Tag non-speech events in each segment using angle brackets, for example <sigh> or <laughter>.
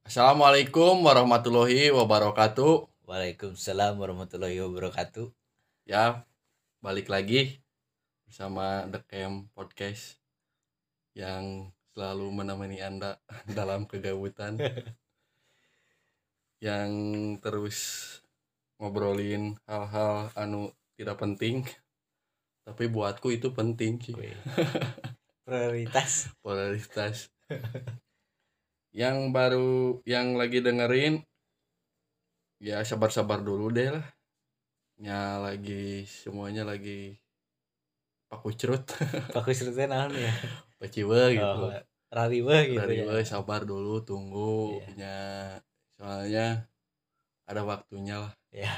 Assalamualaikum warahmatullahi wabarakatuh. Waalaikumsalam warahmatullahi wabarakatuh. Ya, balik lagi bersama The Camp Podcast yang selalu menemani Anda <laughs> dalam kegabutan. yang terus ngobrolin hal-hal anu tidak penting. Tapi buatku itu penting sih, Wih. <laughs> Prioritas. <laughs> polaritas. yang baru yang lagi dengerin ya sabar-sabar dulu deh lah. Ya lagi semuanya lagi <laughs> pakucrut. Fokus rutin naon ya. Paciwe gitu. Oh, rari weh gitu Dari ya. Iya. we sabar dulu tunggu nya. soalnya ada waktunya lah. Iya.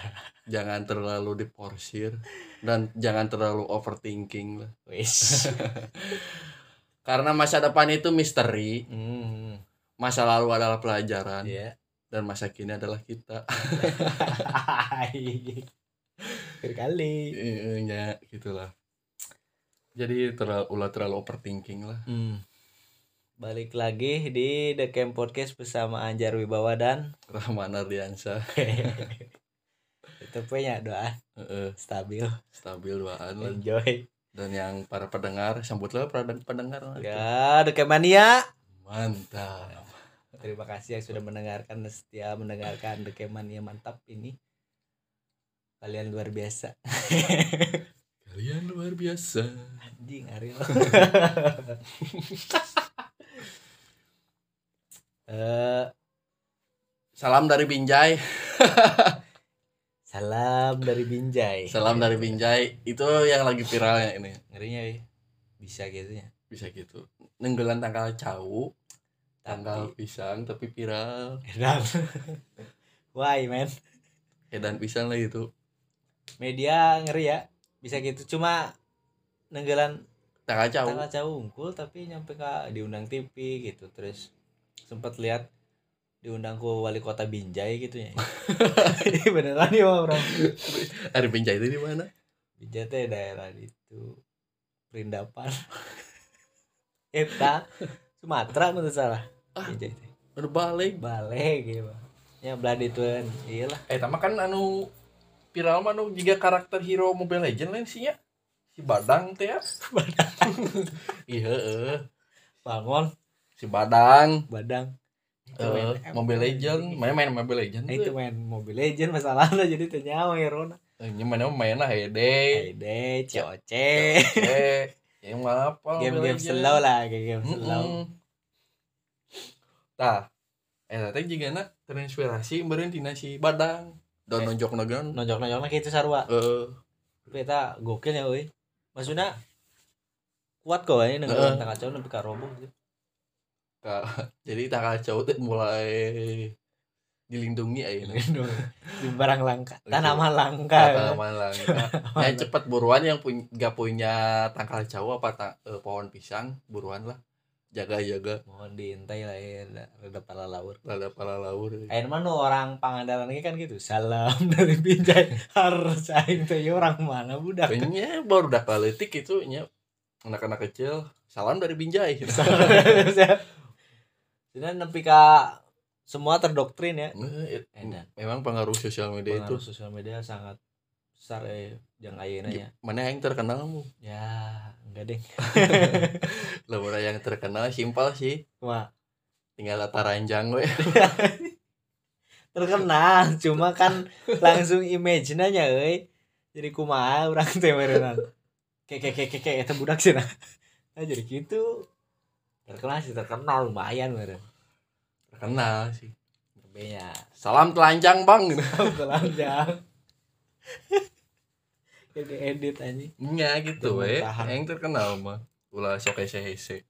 Jangan terlalu diporsir dan jangan terlalu overthinking lah. Wis. Karena masa depan itu misteri, <laughs> Hmm. masa lalu adalah pelajaran Iya. <laughs> dan masa kini adalah kita. Berkali. Eh, eh, ya gitulah. Jadi terlalu ulah terlalu overthinking lah. Hmm. Balik lagi di The Camp Podcast bersama Anjar Wibawa <laughs> dan Rahman Ardiansa itu punya doa eh, eh, stabil stabil doaan lah. Iya. enjoy Dan yang para pendengar sambutlah para den- pendengar. ya The Camp Mania Mantap. Terima kasih yang sudah mendengarkan dan setia mendengarkan The Kemania mantap ini. Kalian luar biasa. Kalian luar biasa. Anjing Ariel. <laughs> Eh, Salam dari Binjai. salam dari Binjai. Salam dari Binjai. Itu yang lagi viralnya ini. Ngerinya ya. Bisa gitu ya. Bisa gitu. Nenggelan tanggal cau, tanggal Tapi- pisang tapi viral. <laughs> Edam. Why man? Edan pisang lah itu. Media ngeri ya. Bisa gitu cuma nenggelan Tanggal cau. tanggal jauh unggul tapi nyampe ke diundang TV gitu terus sempat lihat diundang ke wali kota Binjai gitu <laughs> ya <laughs> Ini beneran ya orang Dari Binjai itu di mana? Binjai teh daerah itu Perindapan <laughs> Eta Sumatera menurut salah Binjai teh Berbalik. Bale gitu ya belah di tuan iyalah Eh, tama kan anu viral mah anu juga karakter hero Mobile Legend lain sih ya. Si Badang teh ya. <laughs> Iya, heeh. bangon Si Badang badang eh, Mobile Legend, main main Mobile Legend. Nah, itu main Mobile Legend masalahnya jadi ya, ternyata hero na Eh, Ini mana main lah Hede. Ede, COC, Eh, yang mah apa? <laughs> game-game slow lah game-game slow Heeh. Tah. Eh, tadi juga na terinspirasi meureun tina si Badang. Dan Eh. nonjok nagan. nonjok nonjok lah gitu sarwa Eh, tapi eta gokil ya woi maksudnya kuat kok ini dengan tengah jauh lebih karobo gitu jadi tanggal jauh teh mulai dilindungi ayeuna. Gitu kan. Di barang langka tanaman langka tanaman langka. Ya cepat buruan Iya, yang punya gak punya tangkal jauh apa ta- eh, pohon pisang buruan lah. Jaga-jaga mohon diintai lah ya ada pala laur lada pala laur. Ayo mana orang Pangandaran ini kan gitu salam <laughs> dari Binjai harus aing teh ya orang mana budak <laughs> Kayaknya baru udah kaletik itu nya anak-anak kecil. Salam dari Binjai. Sebenarnya nepi ka semua terdoktrin ya Nah, it- Edan. Memang pengaruh sosial media pengaruh itu sosial media sangat besar eh yang ayeuna ya mana yang terkenal mu? ya enggak deh Lah mana yang terkenal simpel sih. Wah, Tinggal latar ranjang we. terkenal cuma kan langsung imagine nya euy jadi kumaha urang teh meureunan keke keke keke eta budak sih nah Nah, jadi gitu terkenal sih terkenal lumayan meureun Terkenal sih. tebenya Salam telanjang, Bang. kelam jam jadi edit anjing Iya gitu Jangan we. tahan. Yang terkenal mah ulah sok hese hese.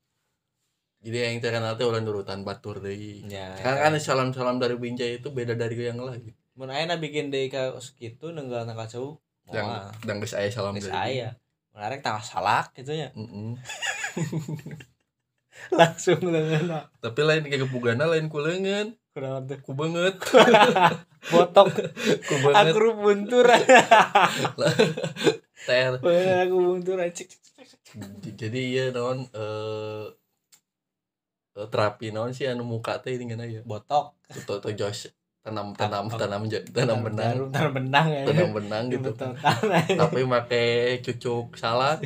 Jadi yang terkenal teh ulah nurutan batur deui. ya Kan kan salam-salam dari Binjai itu beda dari yang lain. mun ayeuna bikin deui ka sekitu nenggal nang kacau Yang moal. yang geus aya salam Geus dari. aya menarik tanggal salak gitu nya Mm-mm. <laughs> langsung leungeun Tapi lain kegepugana lain ku leungeun, kurang tuh <laughs> ku beungeut, <laughs> botok ku aku <laughs> beungeut. buntur <laughs> Ter. Bener aku buntur aja. Jadi ieu naon eh eh, terapi naon sih anu muka teh ini ngana ya botok atau atau jos tanam tanam Ah, oh. Tanam- tanam ja- tanam benang jarum, tanam benang ya tanam benang gitu tapi make cucuk salad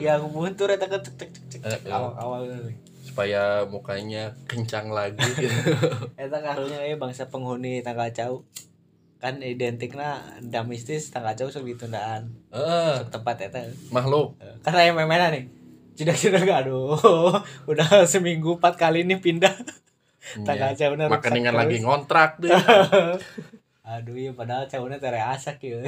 ya aku buntur ya tak cek cek cek cek cek Eh, awal awal nih supaya mukanya kencang lagi <laughs> gitu eta karunya eh bangsa penghuni tanggal jauh kan identikna da mistis tanggal jauh sok ditundaan eh Sok tempat eta makhluk Eh, karena yang main-mainan nih tidak tidak aduh <laughs> udah seminggu empat kali nih pindah tanggal Ya. jauh nah maka rusak dengan terus. lagi ngontrak <laughs> deh aduh iya padahal jauhnya tere asak <laughs> ya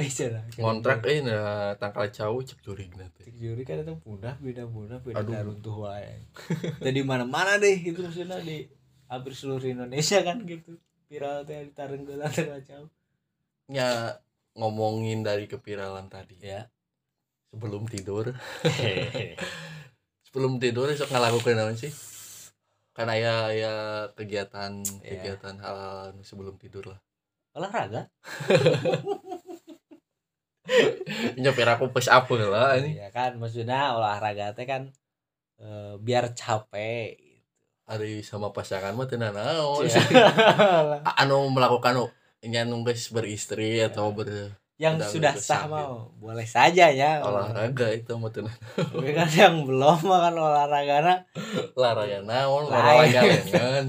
ngontrak eh nah, tangkal jauh cek jurig nanti Tik juri kan itu mudah beda mudah beda Aduh. runtuh wae. <laughs> Jadi mana-mana deh itu maksudnya di hampir seluruh Indonesia kan gitu. Viral teh di Tarenggola tengah jauh. ya ngomongin dari kepiralan tadi Eh, Ya. sebelum tidur sebelum tidur sok ngalakukeun naon sih kan aya aya kegiatan Iya. kegiatan hal sebelum tidur lah <laughs> Olahraga? nyopir aku push up lah Ah, ini Iya kan maksudnya olahraga teh kan eh, biar capek. gitu. hari sama pasangan mah teu <laughs> naon Iya. Cia. <laughs> anu melakukan nya nu geus beristri atau Iya. ber yang Udah sudah lulus sah sambil. mau boleh saja ya. olahraga itu mah teu <laughs> Tapi kan yang belum makan olahraga olahraga naon Lain. olahraga lengan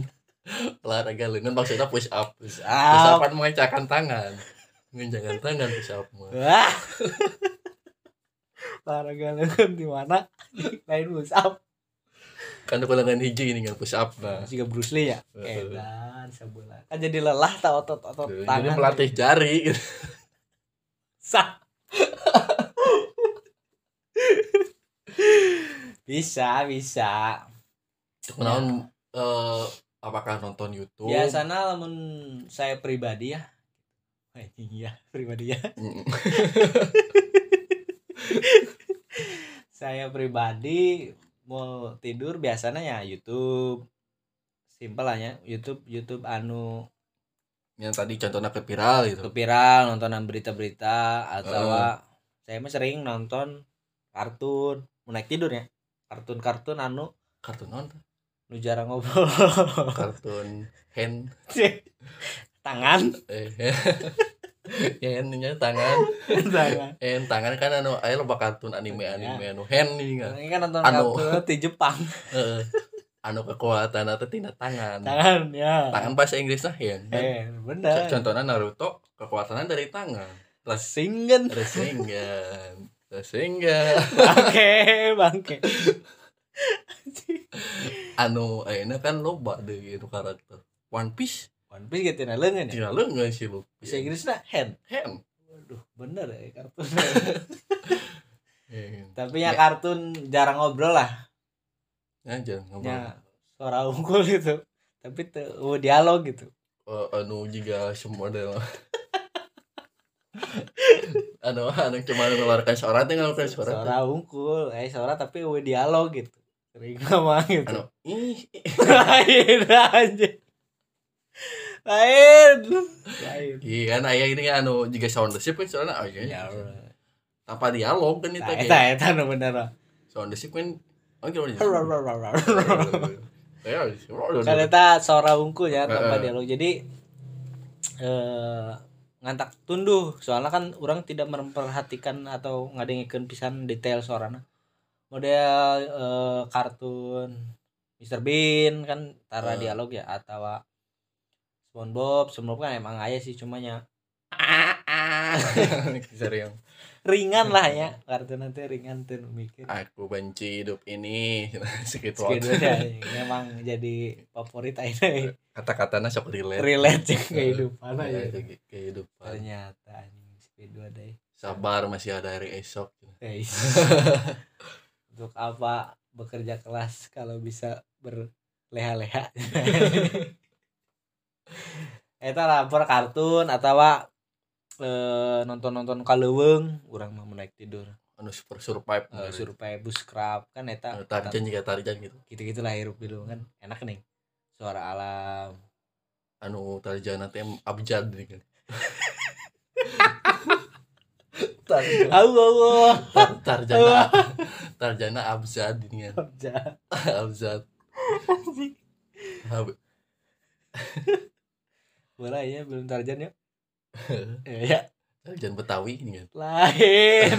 olahraga lengan maksudnya push up push up. up kan mengecakan tangan mengecakan tangan push up mah Wah. <laughs> olahraga lengan di mana? <laughs> Lain push up. kan aku lengan hiji ini kan push up nah juga Bruce Lee ya Heeh. edan sebulan kan jadi lelah tau otot otot jadi tangan melatih <laughs> jari gitu. sah <laughs> bisa bisa Iya. Kenaon Nah, eh, apakah nonton YouTube? biasanya lamun saya pribadi ya Eh, iya pribadi ya Mm. saya pribadi mau tidur biasanya ya YouTube simpel lah ya YouTube YouTube anu Yang tadi contohnya ke viral gitu. ke viral nontonan berita-berita atau saya mah sering nonton kartun mau naik tidur ya kartun-kartun anu Kartun non, nu jarang ngobrol <laughs> kartun hand tangan eh handnya tangan, tangan hand <laughs> tangan kan anu aya loba kartun anime Iya. anime anu hand nih kan. ini kan nonton Anu. kartun di <laughs> Jepang Heeh. anu kekuatan atau tina tangan. tangan ya Tangan bahasa Inggrisnya hand. eh Co- bener Contohnya Naruto kekuatannya dari tangan. Terus <laughs> singen Rasengan. Rasengan. bangke bangke Anu ayeuna kan loba deui itu karakter. One Piece One Piece gitu nah lengan ya Tidak lu nggak sih lu? Iya. bisa gitu. Inggrisnya hand Hand. waduh bener ya <laughs> kartun Iya, kan? tapi ya kartun jarang ngobrol lah Ya, jangan ngobrol. ya suara unggul gitu tapi tuh oh, dialog gitu Eh, anu juga semua dalam. anu anu cuma mengeluarkan suara tinggal ngeluarkan suara. tuh. suara unggul eh suara tapi oh, dialog gitu sering ngomong gitu Anu ih ih, <laughs> lain aja lain lain iya kan ayah ini kan anu juga sound design kan soalnya oh, iya. ya Allah. tanpa dialog kan itu Nah, eta kayak eta nu bener sound design kan oh gimana sih? <laughs> Iya. Ya, <laughs> sih. kan eta suara unggul Eh, ya tanpa eh. dialog jadi eh ngantak tunduh soalnya kan orang tidak memperhatikan atau ngadengikeun pisan detail suarana model eh, kartun Mr. Bean kan tara Eh. dialog ya atau SpongeBob SpongeBob kan emang aya sih cumanya Serius. ringan lah ya kartun nanti ringan tuh mikir Aku benci hidup ini. <laughs> Sedikit Segitu aja, emang jadi favorit aja Kata-katanya sok relate. relate jeung kehidupan aja Ya, ke- kehidupan. ternyata anjing speedo ada <laughs> ya. sabar masih ada hari esok guys untuk apa bekerja kelas kalau bisa <laughs> berleha-leha eta lapor kartun atau eh, nonton-nonton kaleuweung urang mah mau naik tidur anu super survive Eh, survei buskrap kan eta Anu tarjan jika tarjan gitu gitu-gitu lah hirup dulu kan enak nih suara alam anu tarjan nanti em- abjad gitu tarjan <laughs> au au au. tar- tarjana tarjana ya. abjad ini kan abjad Bola ya belum <laughs> Tarjan yuk. Ya, ya. Tarjan Betawi ini kan. Lain.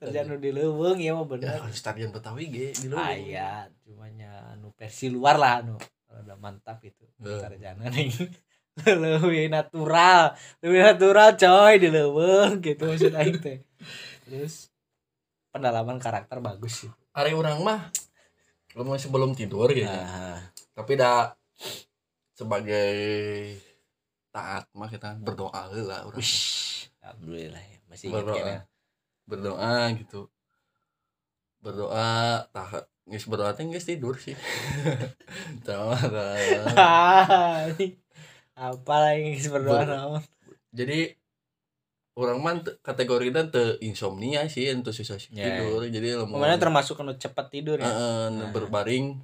Tarjan nu di leuweung ya mah Ya, bener. harus Tarjan Betawi ge di leuweung. Ah iya, cuma nya anu versi luar lah anu. Udah mantap itu. Heeh. Tarjana nih. <laughs> Lebih natural, lebih natural coy di leuweung gitu maksud aing teh. Terus pendalaman karakter bagus sih. Ari urang mah lemah sebelum tidur gitu. Nah, Tapi dah sebagai taat mah kita berdoa heula urang. wish. Alhamdulillah ya, <laughs> masih ingat Berdoa. kayaknya. Berdoa gitu. Berdoa tah geus berdoa teh geus tidur sih. <laughs> Tah, tah. Ah, ini apa lagi berdoa Ber- naon? jadi orang mah teu- kategori dan te insomnia sih itu susah Ya, ya. tidur jadi lemah Kemarin termasuk anu cepat tidur ya. Heeh, nu berbaring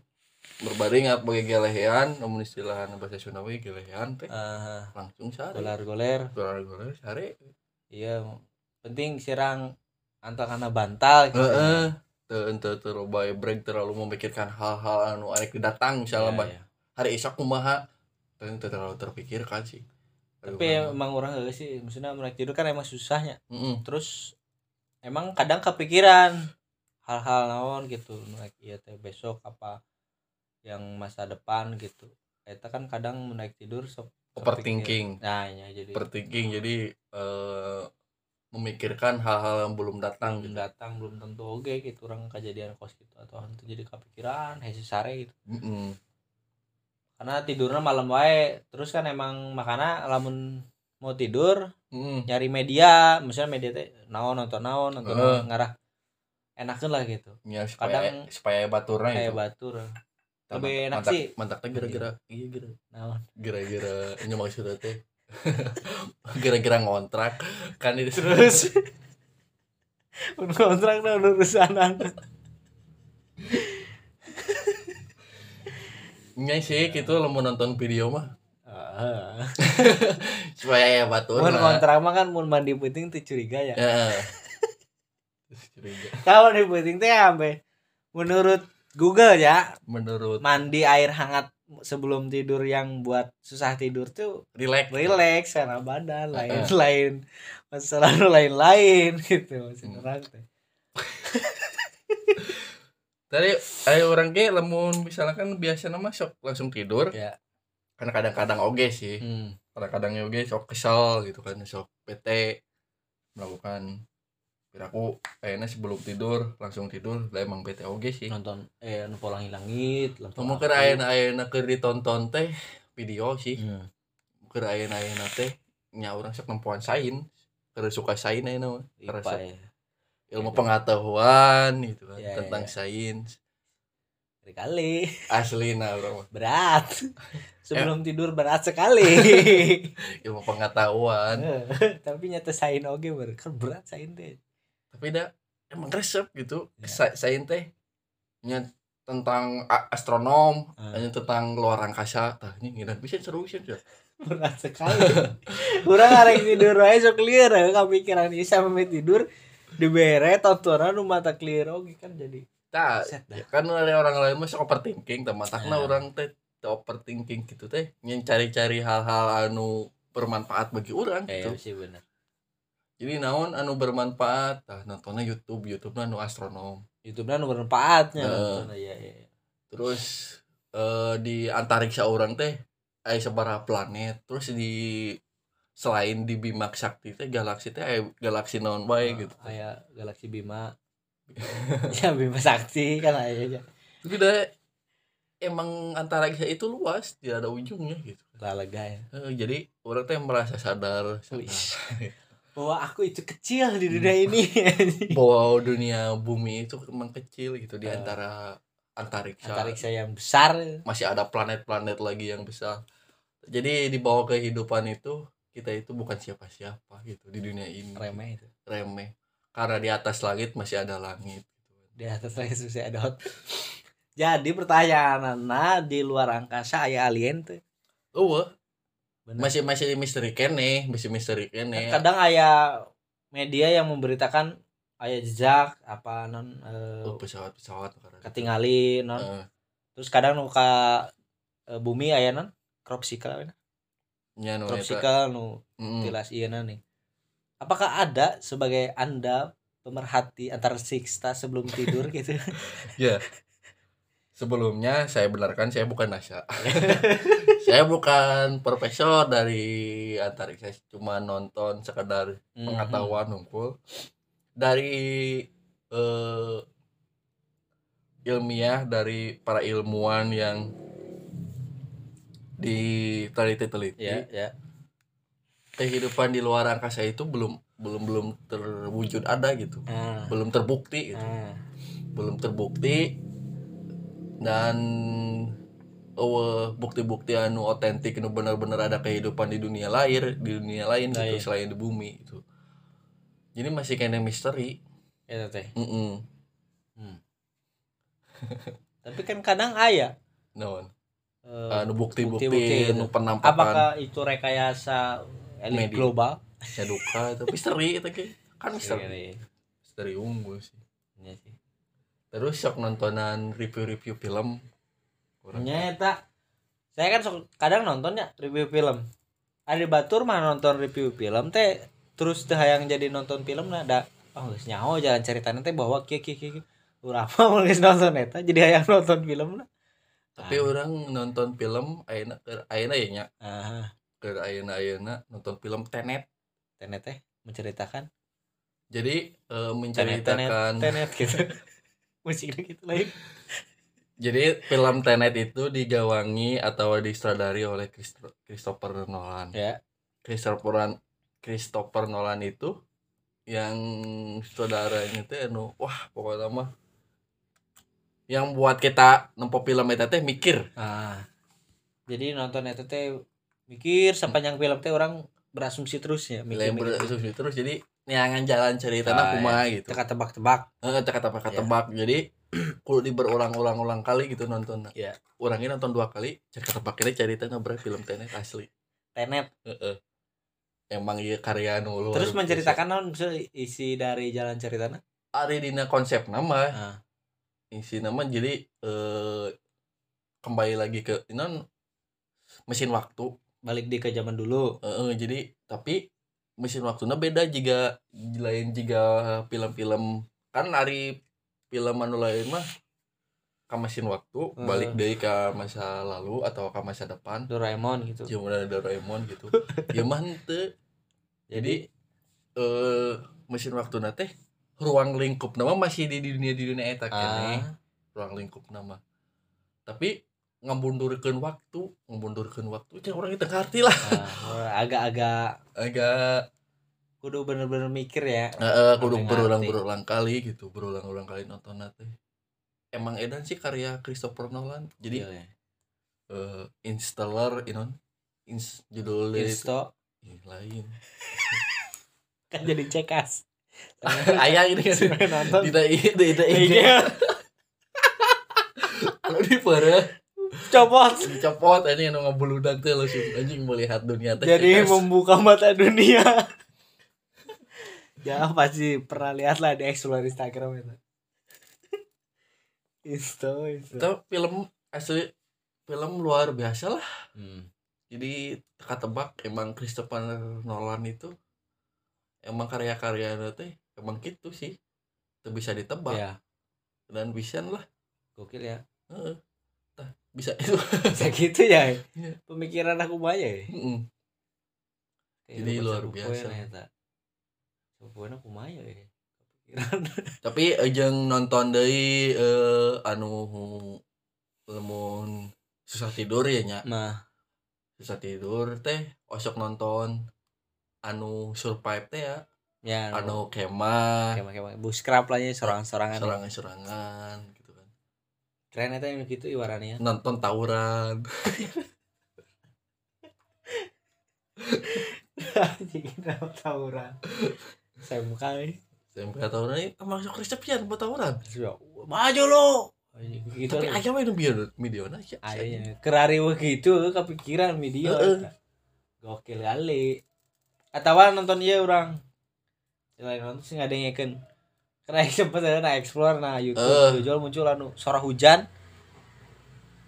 berbaring apa pakai gelehean namun istilah bahasa Sunda we gelehean teh Ah, langsung sare goler-goler dolar dolar sare iya penting sirang antar karena bantal gitu. heeh teu ente terlalu break terlalu memikirkan hal-hal anu arek datang misalnya Ya, bah- ya. hari esok kumaha teu teu terlalu terpikirkan sih tapi emang orang gak sih maksudnya mereka tidur kan emang susahnya Mm-mm. terus emang kadang kepikiran hal-hal naon gitu mereka iya teh besok apa yang masa depan gitu kita kan kadang menaik tidur sok overthinking kepikiran. nah iya, jadi overthinking jadi eh, memikirkan hal-hal yang belum datang belum gitu. datang belum tentu oke gitu orang kejadian kos gitu atau hantu jadi kepikiran hese sare gitu Mm-mm. karena tidurnya malam wae terus kan emang makanya lamun mau tidur Mm-mm. nyari media misalnya media teh naon nonton naon nonton Heeh. naon, ngarah enakeun lah gitu Ya, supaya Kadang- supaya baturna kayak itu. batur Tah, lebih mant- enak mantak- sih. Mantaknya gara-gara iya gara naon gara-gara ini maksudnya teh. <laughs> gara-gara ngontrak kan itu <laughs> terus udah kontrak dah udah urusanan nya sih gitu lo mau nonton video mah supaya ya mun baturna. kontrak mah kan mun mandi penting teh curiga ya <laughs> Heeh. Terus gitu curiga. kalau mandi penting teh ampe menurut Google ya Menurut mandi air hangat sebelum tidur yang buat susah tidur tuh relax relax karena badan lain-lain masalah <laughs> lu lain-lain gitu maksud Hmm. orang teh Tadi ayo orang ge lamun misalkan biasa nama sok langsung tidur. Ya. Hmm. Karena kadang-kadang oge sih. kadang-kadang ya oge sok kesel gitu kan sok PT melakukan piraku kayaknya sebelum tidur langsung tidur lah emang PT oge sih nonton eh anu polang langit lampu kamu aku. keur ayeuna ayeuna keur ditonton teh video sih Hmm. keur ayeuna ayeuna teh nya urang sok nempuan sain keur suka sain ayeuna mah. Keur Ipa sok ya. ilmu pengetahuan gitu kan Ya, ya, tentang ya. sains Kali kali asli nah urang mah <laughs> berat sebelum tidur berat <laughs> sekali ilmu pengetahuan Eh, <laughs> tapi nyata sain oge ber kan berat sain teh tapi dah emang resep gitu Ya. Sa- sain teh nya tentang a- astronom Eh, hanya tentang luar angkasa tah ini ngiran bisa seru sih ya berat sekali <laughs> kurang arek tidur wae sok clear ya kepikiran isa meme tidur dibere tontonan nu mata clear oge kan jadi tah set dah ya kan ada orang lain mah sok overthinking tah matakna Ya. orang teh teu overthinking gitu teh yang cari-cari hal-hal anu bermanfaat bagi orang gitu Iya sih bener jadi naon anu bermanfaat tah nontonnya YouTube YouTube anu astronom YouTube nya nomor Eh. manfaatnya nonton, iya iya iya. terus eh, di antariksa orang teh aya sabaraha planet terus di selain di Bima Sakti teh galaksi teh aya galaksi naon wae gitu Aya Galaxy Bima <laughs> ya Bima Sakti kan aya ya Tapi dah emang antariksa itu luas, tidak ada ujungnya gitu. lalega ya Eh, jadi orang teh merasa sadar, Wih. sadar bahwa aku itu kecil di dunia <laughs> ini bahwa dunia bumi itu emang kecil gitu di Eh. antara antariksa. antariksa yang besar Masih ada planet-planet lagi yang besar. Jadi di bawah kehidupan itu kita itu bukan siapa-siapa gitu di dunia ini. remeh itu Remeh. Karena di atas langit masih ada langit. di atas langit susah ada hot jadi pertanyaan nah di luar angkasa aya alien tuh Oh, Bener. masih masih misteri kene, masih misteri Kan kene. kadang aya media yang memberitakan aya jejak apa non eh, Oh, pesawat-pesawat karena- ketinggalin non Eh. terus kadang nu ka eh, bumi aya non crop cycle we na. nya nu eta crop cycle nu Mm-mm. tilas ieu na nih iya, apakah ada sebagai anda pemerhati antar siksta sebelum <laughs> tidur gitu sebelumnya saya benarkan saya bukan NASA <laughs> saya bukan profesor dari antariksa saya cuma nonton sekedar Mhm. pengetahuan hukum dari eh, ilmiah dari para ilmuwan yang diteliti-teliti ya ya kehidupan di luar angkasa itu belum belum belum terwujud ada gitu Ah, belum terbukti gitu. ah. belum terbukti dan eh, bukti-bukti anu otentik anu benar-benar ada kehidupan di dunia lain di dunia lain gitu Lain. selain di bumi itu jadi masih kayaknya misteri Eta teh Mm-mm. tapi kan kadang aya Naon? eh, anu bukti-bukti gitu. bukti-bukti anu penampakan apakah itu rekayasa Media. elit global nya duka itu misteri itu ge. kan misteri misteri unggul sih Iya sih. terus sok nontonan review-review film Kurang- Nya eta. Iya, Saya kan sok- kadang nontonnya review film. Ada batur mah nonton review film teh terus teh hayang jadi nonton film nah da oh geus nyaho jalan ceritanya teh bahwa kieu kieu kieu. kieu. Urang mah mun geus nonton eta jadi hayang nonton film lah. tapi orang nonton film ayeuna keur ayeuna ya nya Ah, keur ayeuna-ayeuna nonton film Tenet tenet teh menceritakan jadi eh, tenet tenet menceritakan tenet gitu. <laughs> Musiknya gitu lain. jadi film Tenet itu digawangi atau disutradari oleh Christo- Christopher Nolan Ya. Christopher Nolan- Christopher Nolan itu yang saudaranya teh anu wah pokoknya mah yang buat kita nempo film eta teh mikir Ah. Jadi nonton eta teh mikir sepanjang film teh orang berasumsi ya, terusnya mikir, mikir-mikir terus jadi neangan jalan cerita Ah, kumaha gitu teka tebak-tebak Heeh, teka tebak Iya. tebak. Jadi <clears throat> kudu di berulang-ulang-ulang kali gitu nonton. Iya. Orangnya nonton dua kali, cek tebak kita cari tanya berapa film tenet asli. tenet Heeh. Emang iya karya nu luar Terus biasa. menceritakan naon misalnya isi dari jalan ceritanya? ari dina konsep nama, Heeh. isi nama jadi eh kembali lagi ke non mesin waktu. Balik di ke zaman dulu. Heeh, jadi tapi mesin waktunya beda jika lain jika film-film kan ari film anu lain mah ke mesin waktu Heeh. balik dari ke masa lalu atau ke masa depan Doraemon gitu. cuma ada Doraemon <laughs> gitu ya mah henteu. Jadi jadi eh mesin waktu teh ruang lingkup nama masih di di dunia di dunia eta keneh. ah, ruang lingkup nama tapi ngabundurkeun waktu ngabundurkeun waktu cek orang itu ngerti lah ah, agak-agak agak kudu bener-bener mikir ya. Heeh, kudu Ngerti-ngerti. berulang-berulang kali gitu, berulang-ulang kali nonton teh. Emang edan sih karya Christopher Nolan. Jadi Iya, ya. eh, Installer, you know, ins judul dari- Insto Ih, lain. <laughs> kan jadi <laughs> cekas. Ayah ini kan <laughs> Sampai nonton. tidak ini tidak ini. Iya. Kalau Anu di pare Copot. dicopot ini anu ngebuludak teh langsung anjing melihat dunia teh. <laughs> Jadi cerdas. membuka mata dunia. <laughs> ya pasti pernah lihat lah di explore Instagram itu. <laughs> Insto, Insto. Itu film asli film luar biasa lah. Hmm. Jadi teka tebak emang Christopher Nolan itu emang karya-karyanya teh emang gitu sih. Itu bisa ditebak Ya, dan bisa lah gokil ya. bisa itu. <laughs> bisa gitu ya Iya. pemikiran aku banyak ya Mm-mm. Jadi Kehidupan luar sakupoe biasa. na eta. Sakupoe na kumaha ya <laughs> Kepikiran. Tapi jeung nonton deui eh, anu lemun susah tidur ya nya. nah Susah tidur teh osok nonton anu survive teh ya. ya Anu anu kemah, kemah kemah bus kerap lah ya sorang-sorangan serangan-serangan gitu kan. keren eta yang gitu <laughs> iwarannya Nonton tawuran. jadi kenapa tawuran saya muka nih SMK tawuran ini masuk resepian buat tawuran. maju lo gitu tapi lah ayam itu biar videona sih ayahnya kerari gitu kepikiran video Heeh. eta. gokil kali atau nonton iya orang lain nonton sih nggak ada yang ngeken karena sempet ada na explore nah YouTube Heeh. jujur muncul anu suara hujan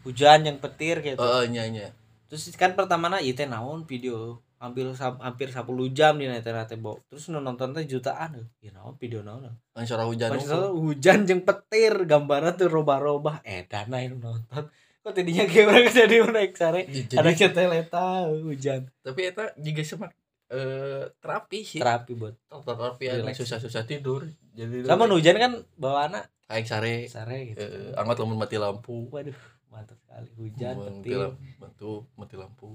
hujan yang petir gitu Heeh, nya nya. terus kan pertama na ieu teh naon video hampir sam- hampir 10 jam di nate nate bo terus nu nonton teh jutaan ya naon video naon Lain suara hujan. Padahal hujan jeung petir gambarnya tuh roba-roba edan aya nu nonton kok tadinya ge urang <laughs> jadi naik sare Ya, ada Jadi, teh leta hujan tapi eta juga semak eh terapi sih. terapi buat Dokter terapi anu Relax. susah-susah tidur. Jadi sama nu hujan kan bawa anak aing sare sare gitu eh, angot lamun mati lampu. waduh mantap sekali hujan Mun mati petir lampu, bantu mati lampu.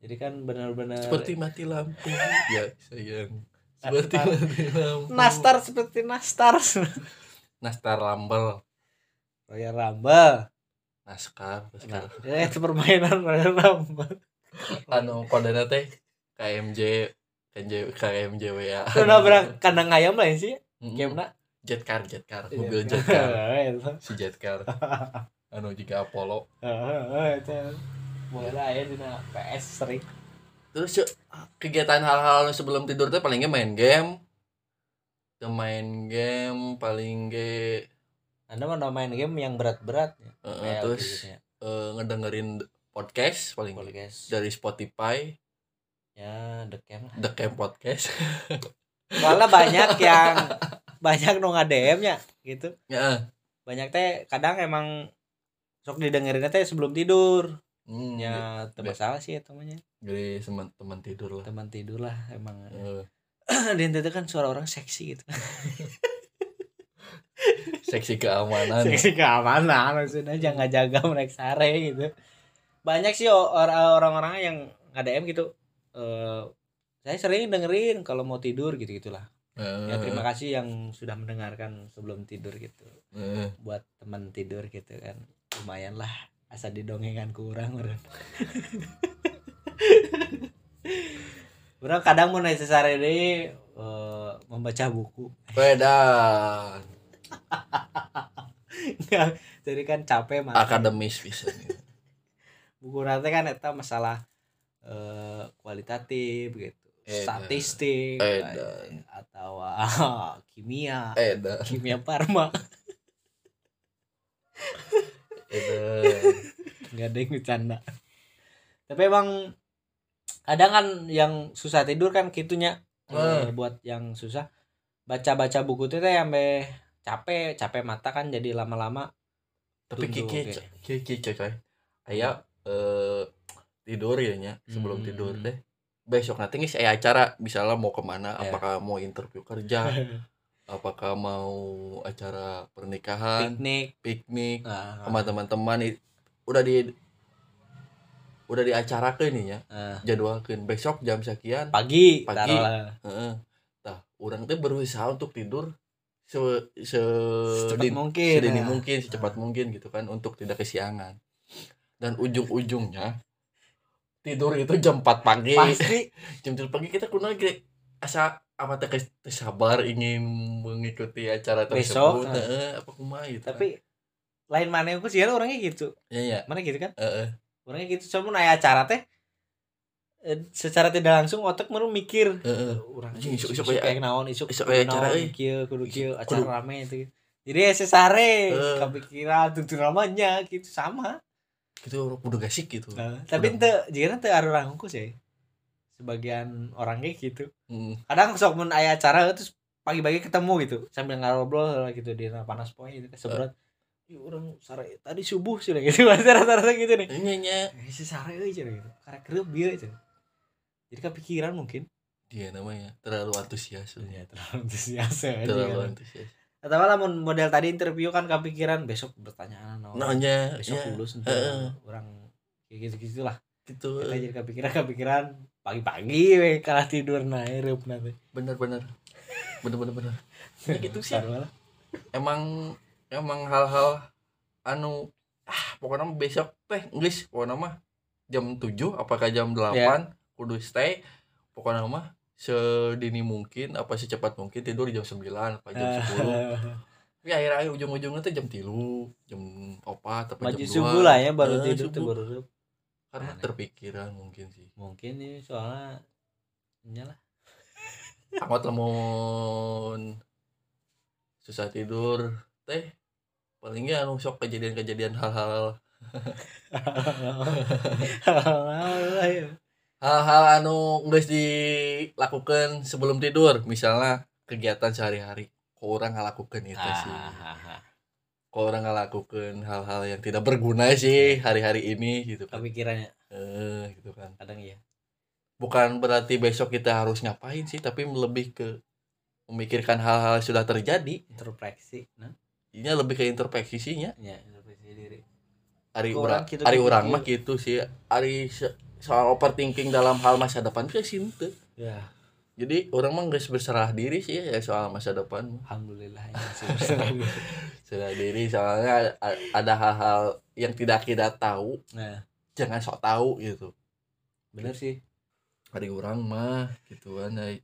jadi kan benar-benar Seperti mati lampu. <laughs> ya, sayang. Nastar. Seperti mati lampu. nastar seperti nastar <laughs> Nastar lambel. Royal Rumble Naskar, nah, naskar. eh itu permainan Royal Rumble Anu kodana teh KMJ KMJ KMJWA. itu nabrak kandang ayam lain sih Mm-mm. game nak Nah, jet car jet car Hmm. Iya. mobil <laughs> jet car si jet car anu jika Apollo itu bola ya di PS sering terus yuk, kegiatan hal-hal anu sebelum tidur tuh palingnya main game Teu main game paling ge anda mau main game yang berat-berat ya eh, Kayak terus gitu ya. eh, ngedengerin podcast paling ge. podcast dari Spotify ya the game lah The Camp Podcast <laughs> soalnya banyak <laughs> yang banyak dong ADM nya gitu ya banyak teh kadang emang sok didengerinnya teh sebelum tidur hmm, ya ya teman salah sih ya temannya dari teman teman tidur lah teman tidur lah emang <clears throat> Eh, di NTT kan suara orang seksi gitu seksi keamanan <laughs> seksi keamanan maksudnya jangan jaga mereka sare gitu banyak sih o- or- orang-orang yang ngadm gitu eh saya sering dengerin kalau mau tidur gitu gitulah Eh, ya terima kasih yang sudah mendengarkan sebelum tidur gitu eh. buat teman tidur gitu kan lumayan lah asal didongengan kurang <laughs> orang orang kadang mau naik sesare deh eh, membaca buku <laughs> Wedan Nggak, jadi kan capek mah akademis <laughs> bisa buku nanti kan itu masalah eh, kualitatif gitu Edan. statistik eh, Edan. atau ah, kimia Edan kimia <laughs> parma Edan nggak ada yang bercanda tapi emang kadang kan yang susah tidur kan gitunya Eh, buat yang susah baca baca buku itu teh sampai capek capek mata kan jadi lama-lama <laughs> tapi Tunduk, kiki oke. c- kiki coy coy aya eh tidur ya nya sebelum Hmm. tidur deh besok nanti nggak saya acara misalnya mau kemana Ya. apakah mau interview <laughs> kerja apakah mau acara pernikahan piknik piknik Ah, sama teman-teman i- udah di udah diacarakan nih ya ah. jadwalkan besok jam sekian pagi Pagi. Eh, taruhlah. heeh tah orang teh berusaha untuk tidur se se Secepat din- mungkin sedini ya. mungkin secepat mungkin gitu kan untuk tidak kesiangan dan ujung-ujungnya tidur itu jam 4 pagi pasti <laughs> jam 4 pagi kita kuno gede asa apa teh kes- teh sabar ingin mengikuti acara Besok, tersebut ah. heeh apa kumaha gitu kan. tapi lain mana aku sih orangnya gitu ya ya mana gitu kan heeh orangnya gitu cuma naik acara teh eh, secara tidak langsung otak baru mikir heeh orang Anjing, isuk- isuk kayak kayak- naon isuk ya." isuk kayak kayak acara, naon eh. kieu kudu kieu Isuk- acara kudu. rame itu jadi ya sesare Eh. kepikiran tuh namanya gitu sama gitu orang udah gasik gitu Nah, tapi ente jika ente ada orang hukum sih sebagian orangnya gitu Heeh. kadang sok mun aya acara terus pagi-pagi ketemu gitu sambil ngobrol gitu di tengah panas poe gitu keseberat Eh. "Ih, orang sare tadi subuh sih gitu <laughs> pasti rata-rata gitu nih Nya, nya. "Eh, si sare euy cenah gitu karek kereup bieu cenah jadi kepikiran mungkin dia namanya terlalu antusias ya terlalu antusias aja terlalu kan. antusias atau malah mun model tadi interview kan kepikiran besok bertanya no, nanya besok ya, lulus ente, Heeh. orang kayak gitu-gitu lah gitu kita jadi kepikiran-kepikiran pagi-pagi weh kalah tidur nah ereup nanti bener bener bener bener bener Ya gitu sih. Taruh lah. emang emang hal-hal anu ah pokoknya mah besok teh Inggris pokoknya mah jam 7 apakah jam 8 Ya. kudu stay pokoknya mah sedini mungkin apa secepat mungkin tidur jam 9 apa Eh. jam 10 Ah. tapi akhir-akhir ujung-ujungnya tuh jam 3 jam 4 apa maju jam 2 subuh lah ya baru Eh, tidur tuh subuh. baru tidur. karena terpikiran mungkin sih mungkin ini soalnya <laughs> nyalah Angkat lamun susah tidur teh palingnya anu sok ya kejadian-kejadian hal-hal ya. hal-hal anu geus dilakukan sebelum tidur misalnya kegiatan sehari-hari kok orang ngalakukan itu Gitu Ah. sih kok orang ngalakukan hal-hal yang tidak berguna sih hari-hari ini gitu kan Kepikirannya eh gitu kan kadang ya. bukan berarti besok kita harus ngapain sih tapi lebih ke memikirkan hal-hal yang sudah terjadi Introspeksi, nah. ini lebih ke introspeksinya Ya, introspeksi diri. hari Ke urang orang gitu hari gitu. urang mah gitu sih hari se- soal overthinking dalam hal masa depan sih sinte Ya, jadi orang mah nggak berserah diri sih ya soal masa depan alhamdulillah <laughs> ya. serah diri soalnya a- ada hal-hal yang tidak kita tahu Nah, jangan sok tahu gitu bener sih. hari orang mah gitu kan ay.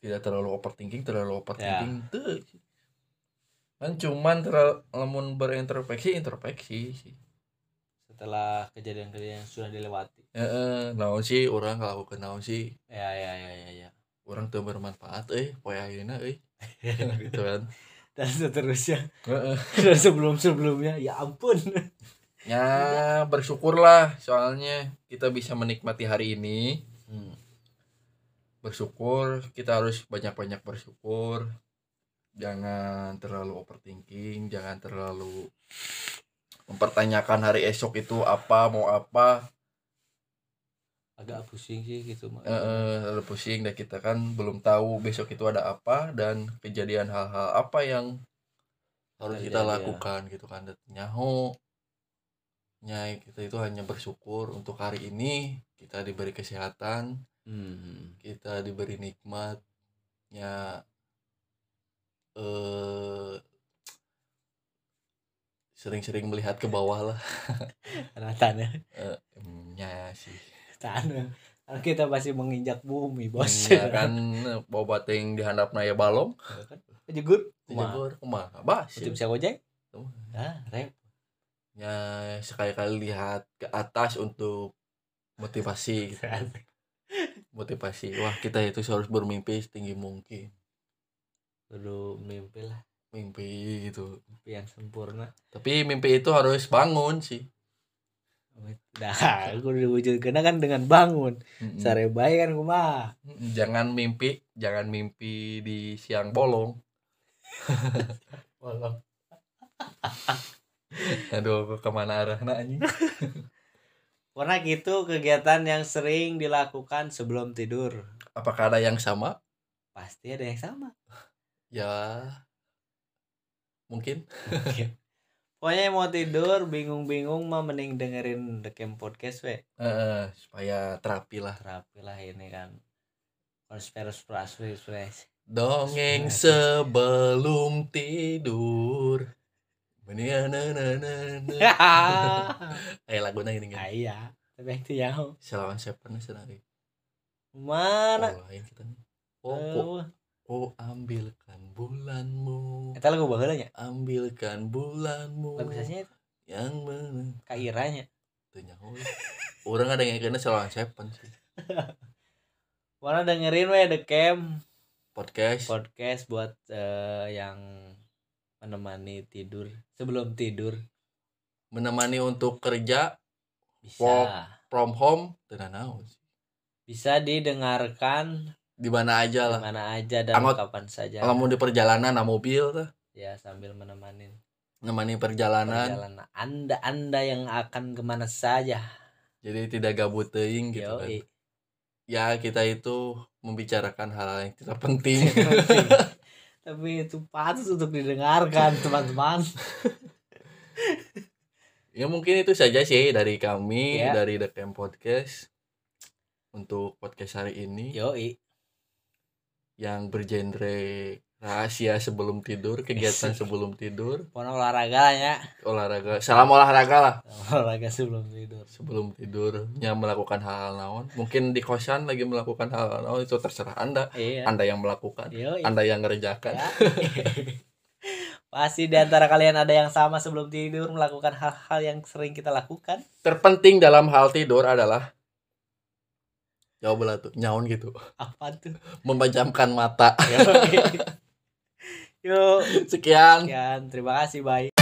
tidak terlalu overthinking terlalu overthinking teu. kan cuman terlalu lamun berintrospeksi introspeksi sih Setelah kejadian-kejadian yang sudah dilewati. eh eh, naon sih orang kalau naon sih Ya, ya, ya, ya, <laughs> ya. orang tuh bermanfaat eh poe ayeuna eh <laughs> gitu kan Dan seterusnya Eh, eh. dan sebelum-sebelumnya. Ya ampun. ya bersyukurlah soalnya kita bisa menikmati hari ini Hmm. bersyukur kita harus banyak-banyak bersyukur jangan terlalu overthinking jangan terlalu mempertanyakan hari esok itu apa mau apa Agak pusing sih gitu, Mak. Eh, eh, terlalu pusing dan kita kan belum tahu besok itu ada apa dan kejadian hal-hal apa yang harus kita Terjadi, ya. lakukan gitu kan Dan nyaho nyai kita itu hanya bersyukur untuk hari ini kita diberi kesehatan Hmm. kita diberi nikmatnya eh sering-sering melihat ke bawah lah Karena tanah, Iya Emnya sih tanah. Karena Kan. kita masih menginjak bumi, Bos. Emnya <laughs> kan ya. boba ting dihandap naya balong Jegur. Kumaha? Dijebor kumaha bas Itu bisa gojek? Kumaha. Ah, rep. ya sekali-kali lihat ke atas untuk motivasi gitu. Kan. motivasi wah kita itu harus bermimpi setinggi mungkin Kudu mimpi lah, mimpi gitu mimpi yang sempurna. tapi mimpi itu harus bangun sih Nah, kudu diwujudkeun kan dengan bangun. Mm-mm. Sare bae kan kumaha. jangan mimpi jangan mimpi di siang bolong Walau <laughs> aduh aku kemana arahna anjing Pernah gitu kegiatan yang sering dilakukan sebelum tidur. apakah ada yang sama Pasti ada yang <laughs> sama. ya mungkin Pokoknya mau tidur bingung-bingung mah mending dengerin The Camp Podcast we. Eh, supaya terapi lah Terapi lah ini kan. Konspirasi we. Nah, dongeng sebelum tidur ya, Menia na na na na. Ya. <laughs> Eh lagunya gini kan. Aya, Ah, iya. tapi ya, yang tiang. Selawan Seven senari. Oh, Mana? lain kita nih. Oh, ku- Oh, ku ambilkan bulanmu. Eta lagu baheula nya. Ambilkan bulanmu. Lagu sasnya itu yang menentunya Kak Ira nya. we. orang ada yang kena selawan seven sih Mana dengerin we The Camp podcast Podcast buat eh, yang menemani tidur sebelum tidur menemani untuk kerja bisa. Walk. from home tidak naon sih Bisa didengarkan di mana aja lah mana aja dan Angot. kapan saja. kalau mau di perjalanan na mobil tuh Ya sambil menemani menemani perjalanan perjalanan Anda Anda yang akan kemana saja. jadi tidak gabut teuing gitu kan Yoi. ya kita itu membicarakan hal yang tidak <laughs> penting kan. Tapi itu patut untuk didengarkan teman-teman. ya mungkin itu saja sih dari kami Ya. dari The Camp Podcast untuk podcast hari ini Yoi. yang bergenre rahasia sebelum tidur kegiatan sebelum tidur Pokoknya olahraga lah ya. olahraga salam olahraga lah <laughs> Olahraga sebelum tidur. sebelum tidurnya melakukan hal-hal naon mal-mungkin di kosan lagi melakukan hal-hal naon itu terserah anda Iya. anda yang melakukan Yoi. anda yang ngerjakan Ya. <laughs> Pasti di antara kalian ada yang sama sebelum tidur melakukan hal-hal yang sering kita lakukan. terpenting dalam hal tidur adalah jauh belah tuh nyaun gitu <laughs> Apa tuh? memejamkan mata <laughs> Yuk, sekian sekian. Terima kasih, bye.